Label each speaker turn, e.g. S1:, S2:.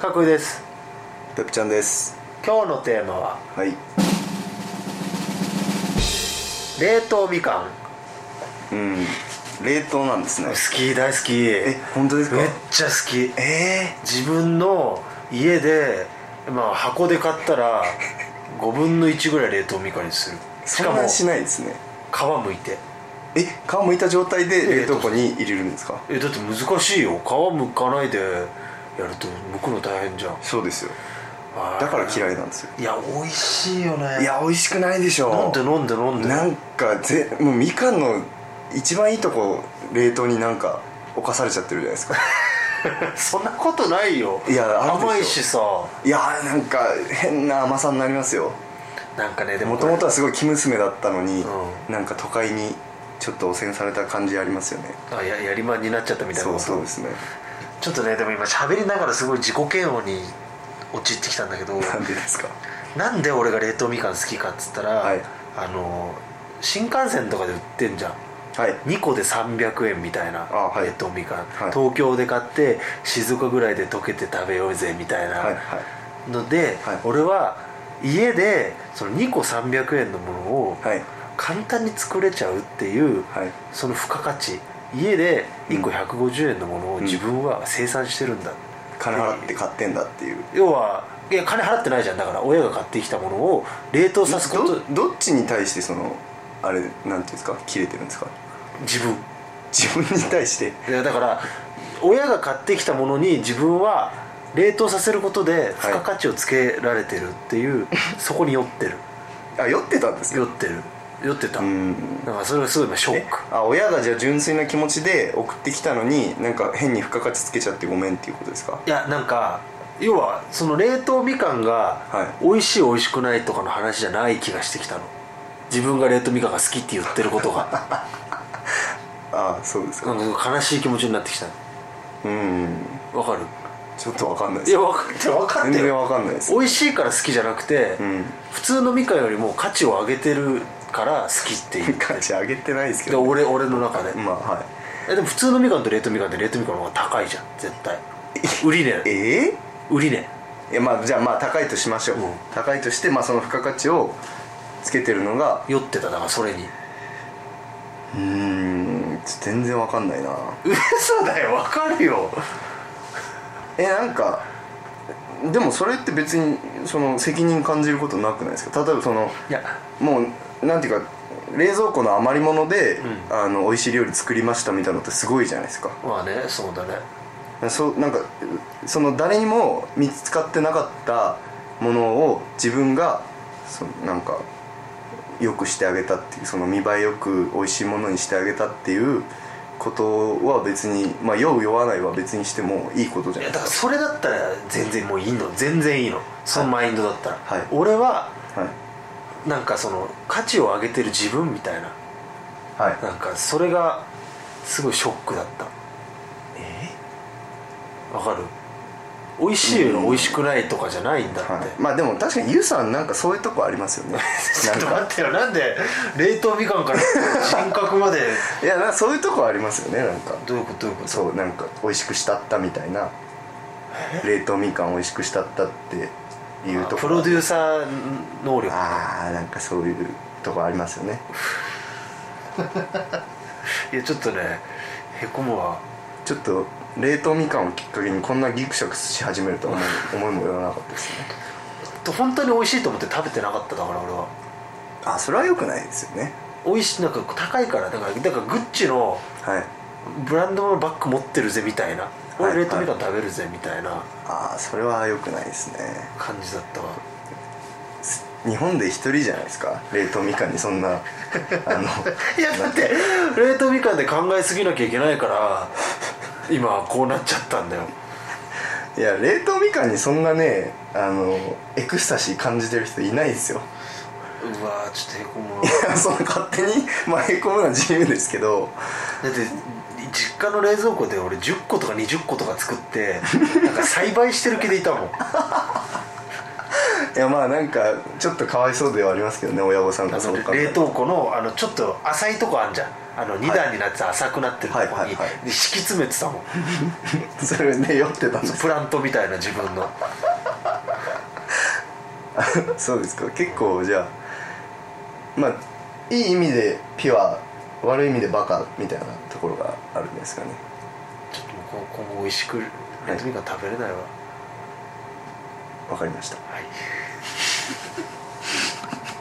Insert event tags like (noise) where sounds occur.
S1: かっこいいです
S2: ペプちゃんです
S1: 今日のテーマは
S2: はい
S1: 冷凍みかん
S2: うん冷凍なんですね
S1: 好き大好きえ
S2: 本当ですか
S1: めっちゃ好き
S2: え
S1: 自分の家で、まあ、箱で買ったら5分の1ぐらい冷凍みかんにする
S2: ー、
S1: し
S2: そ
S1: か
S2: ん
S1: も
S2: な
S1: 皮
S2: しないですね
S1: むいて
S2: え皮剥いた状態で冷凍庫に入れるんですか
S1: えだって難しいよ皮むかないでやると剥くの大変じゃん
S2: そうですよだ
S1: だ
S2: から嫌
S1: い
S2: いなんですよ
S1: いや美味しいよね
S2: いや美味しくないでしょ
S1: 飲んで飲んで飲んで
S2: なんかぜもうみかんの一番いいとこ冷凍になんか侵されちゃってるじゃない (laughs) ですか
S1: そんなことないよ
S2: いやあるでしょ
S1: 甘いしさ
S2: いやーなんか変な甘さになりますよ
S1: なんかねでも
S2: も
S1: ことれ
S2: もとはすごい生娘だったのに、
S1: う
S2: なんか都会にちょっと汚染された感じありますよね
S1: あややりまんになっちゃったみたいな
S2: そ
S1: こ
S2: う
S1: と
S2: そうですね
S1: ちょっとねでも今喋りながらすごい自己嫌悪に陥ってきたんだけ
S2: (laughs)
S1: ど
S2: なんでですか
S1: なんで俺が冷凍みかん好きかっつったら、
S2: はい
S1: あの新幹線とかで売ってんじゃん
S2: はい
S1: 2個で300円みたいな
S2: あはい
S1: 冷凍みかん、
S2: はい
S1: 東京で買って静岡ぐらいで溶けて食べようぜみたい
S2: はい
S1: な
S2: はい
S1: ので、
S2: はい
S1: 俺は家でその2個300円のものを
S2: はい
S1: 簡単に作れちゃうっていう、
S2: はい
S1: その付加価値家で1個150円のものを自分は生産してるんだ、
S2: 金払って買ってんだっていう
S1: 要はいや金払ってないじゃんだから親が買ってきたものを冷凍さすこ
S2: ど
S1: と
S2: どっちに対してそのあれなんていうんですか切れてるんですか
S1: 自分
S2: 自分に対して
S1: いやだから親が買ってきたものに自分は冷凍させることで付加価値をつけられてるっていう、そこに酔ってる
S2: あ酔ってたんです
S1: 酔
S2: よ
S1: ってる酔ってた、
S2: うん
S1: だからそれがすごい今ショッ
S2: え
S1: ク
S2: あ親がじゃあ純粋な気持ちで送ってきたのになんか変に付加価値つけちゃってごめんっていうことですか
S1: いやなんか要はその冷凍みかんが
S2: はい
S1: 美味しい美味しくないとかの話じゃない気がしてきたの自分が冷凍みかんが好きって言ってることが (laughs)
S2: ああそうです
S1: な
S2: か
S1: んか悲しい気持ちになってきた
S2: うん
S1: のわかる
S2: ちょっとわかんないで
S1: い
S2: す
S1: や分かってる分かっ
S2: 全
S1: てる
S2: 然わかんないです
S1: 美味しいから好きじゃなくて、
S2: うん
S1: 普通のみかんよりも価値を上げてるから好きっていう
S2: 価値上げてないですけ
S1: で
S2: ど
S1: 俺俺の中で、
S2: まあはい
S1: えでも普通のみかんと冷凍みかんって冷凍みかんの方が高いじゃん絶対売りね
S2: え
S1: 売りね
S2: えいやまあじゃあまあ高いとしましょう、
S1: うん
S2: 高いとしてまあその付加価値をつけてるのが
S1: 酔ってただからそれに
S2: うーんちょっと全然わかんないな
S1: 嘘だよ分かるよ
S2: えなんかでもそれって別にその責任感じることなくないですか例えばその
S1: いや
S2: もうなんていうか冷蔵庫の余り物で、あの美味しい料理作りましたみたいなのってすごいじゃないですか
S1: まあねそうだね
S2: そうなんかその誰にも見つかってなかったものを自分がそのなんかよくしてあげたっていうその見栄えよく美味しいものにしてあげたっていうことは別にまあ酔う酔わないは別にしてもいいことじゃ
S1: いや
S2: ない
S1: だか
S2: で
S1: ら
S2: す
S1: それだったら全然もういいの全然いいのそのマインドだったら、
S2: はい
S1: 俺は
S2: かはい
S1: なんかその価値を上げてる自分みたいな
S2: はい
S1: なんかそれがすごいショックだったえわかる美味しいより美味しくないとかじゃないんだって、
S2: はい、まあでも確かにユウさんなんかそういうとこありますよね
S1: (laughs) ちょ
S2: な
S1: っ
S2: ん
S1: と
S2: か
S1: 待ってよなんで冷凍みかんから人格まで
S2: いやなそういうとこありますよねなんか
S1: どういうことどういうこと
S2: そうなんか美味しくしたったみたいな冷凍みかん美味しくしたったっていうとこ
S1: プロデューサー能力
S2: ああなんかそういうとこありますよね
S1: いやちょっとねへこむわ
S2: ちょっと冷凍みかんをきっかけにこんなギクシャクし始めるとは
S1: (laughs)
S2: 思い思いもよらなかったですね
S1: と本当に美味しいと思って食べてなかっただから俺は
S2: あそれは良くないですよね
S1: 美味しいなんか高いからだからだからグッチの
S2: はい
S1: ブランドのバッグ持ってるぜみたいな
S2: は
S1: 俺
S2: い
S1: 冷凍みかん食べるぜみたいな
S2: ああそれは良くないですね
S1: 感じだったわ (laughs)
S2: 日本で一人じゃないですか冷凍みかんにそんなあの
S1: (laughs) いやだって冷凍みかんで考えすぎなきゃいけないから今こうなっちゃったんだよ
S2: いや冷凍みかんにそんなねあのエクスタシー感じてる人いないですよ (laughs)
S1: うわーちょっとへこむわ
S2: いやその勝手にまあへこむのは自由ですけど
S1: (laughs) だって実家の冷蔵庫で俺10個とか20個とか作ってなんか栽培してる気でいたもん
S2: いやまあなんかちょっとかわいそうではありますけどね親御さん
S1: あ
S2: がそう
S1: の
S2: か
S1: 冷凍庫のあのちょっと浅いとこあんじゃんあの2段になってた浅くなってるとこに、
S2: はいはいはい
S1: で敷き詰めてたもん
S2: (laughs) それで酔ってたんです
S1: プラントみたいな自分の
S2: そうですか結構じゃあまあいい意味でピュア悪い意味でバカみたいなところがあるんですかね
S1: ちょっともう今今後美味しくレッドミンガン食べれないわ
S2: わかりました
S1: はい